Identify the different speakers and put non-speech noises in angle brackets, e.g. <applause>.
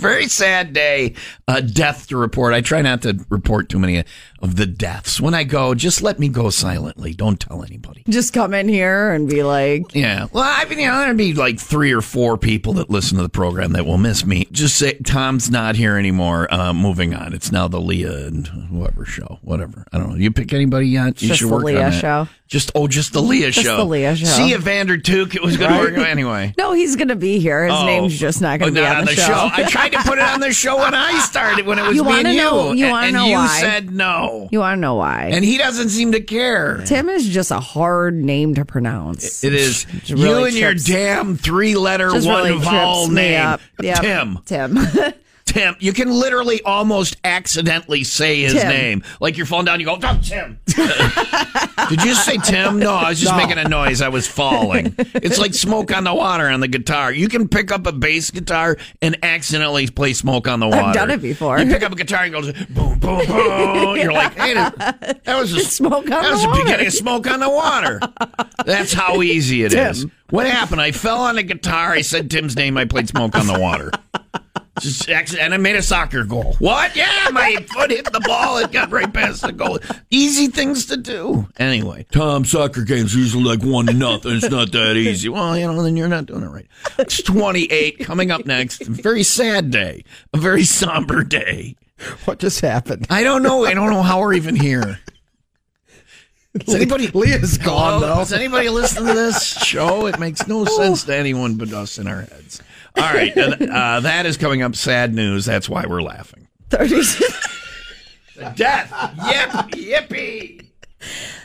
Speaker 1: very sad day. Uh, death to report. I try not to report too many of the deaths. When I go, just let me go silently. Don't tell anybody.
Speaker 2: Just come in here and be like,
Speaker 1: Yeah. Well, I mean, you know, there'd be like three or four people that listen to the program that will miss me. Just say Tom's not here anymore. Uh, moving on. It's now the Leah and whoever show, whatever. I don't know. You pick anybody yet? You
Speaker 2: Just
Speaker 1: should
Speaker 2: the
Speaker 1: work on
Speaker 2: Leah
Speaker 1: that.
Speaker 2: show.
Speaker 1: Just oh, just the Leah
Speaker 2: Just
Speaker 1: show.
Speaker 2: the Leah show.
Speaker 1: See, Evander Duke. It was going to work anyway.
Speaker 2: no, he's going to be here. His
Speaker 1: Oh.
Speaker 2: name's just not going to
Speaker 1: Oh,
Speaker 2: be
Speaker 1: not
Speaker 2: on the, show.
Speaker 1: I tried to put it on the show when
Speaker 2: <laughs>
Speaker 1: I started when it was
Speaker 2: You
Speaker 1: me
Speaker 2: wanna
Speaker 1: and you.
Speaker 2: know- you
Speaker 1: and-
Speaker 2: wanna
Speaker 1: and
Speaker 2: know
Speaker 1: you
Speaker 2: why.
Speaker 1: said no.
Speaker 2: You want to know why?
Speaker 1: And he doesn't seem to care.
Speaker 2: Tim is just a hard name to pronounce.
Speaker 1: It is
Speaker 2: Just
Speaker 1: you
Speaker 2: really
Speaker 1: and your
Speaker 2: trips-
Speaker 1: damn three-letter
Speaker 2: just really
Speaker 1: one-vowel
Speaker 2: trips me
Speaker 1: name,
Speaker 2: up. Yep.
Speaker 1: Tim.
Speaker 2: Tim. <laughs>
Speaker 1: Tim. You can literally almost accidentally say his
Speaker 2: Tim.
Speaker 1: name. Like you're falling down, you go, oh, Tim. <laughs> Did you say Tim? No, I was just making a noise. I was falling. It's like smoke on the water on the guitar. You can pick up a bass guitar and accidentally play smoke on the water.
Speaker 2: I've done it before.
Speaker 1: You pick up a guitar and go boom, boom, boom. You're like, hey, that that was a,
Speaker 2: smoke on
Speaker 1: that
Speaker 2: the
Speaker 1: was
Speaker 2: water.
Speaker 1: beginning of smoke on the water. That's how easy it is.
Speaker 2: Tim.
Speaker 1: What happened? I fell on a guitar. I said Tim's name. I played smoke on the water. Just accident, and I made a soccer goal. What? Yeah, my foot hit the ball. It got right past the goal. Easy things to do. Anyway, Tom, soccer games usually like one to nothing. It's not that <laughs> easy. Well, you know, then you're not doing it right. It's 28 coming up next. A very sad day. A very somber day.
Speaker 3: What just happened?
Speaker 1: I don't know. I don't know how we're even here. Is anybody
Speaker 3: Leah's gone
Speaker 1: Hello?
Speaker 3: though.
Speaker 1: Does anybody listen to <laughs> this show? It makes no sense to anyone but us in our heads. All right, uh, uh, that is coming up. Sad news. That's why we're laughing.
Speaker 2: 30.
Speaker 1: Death. Yep. Yippee.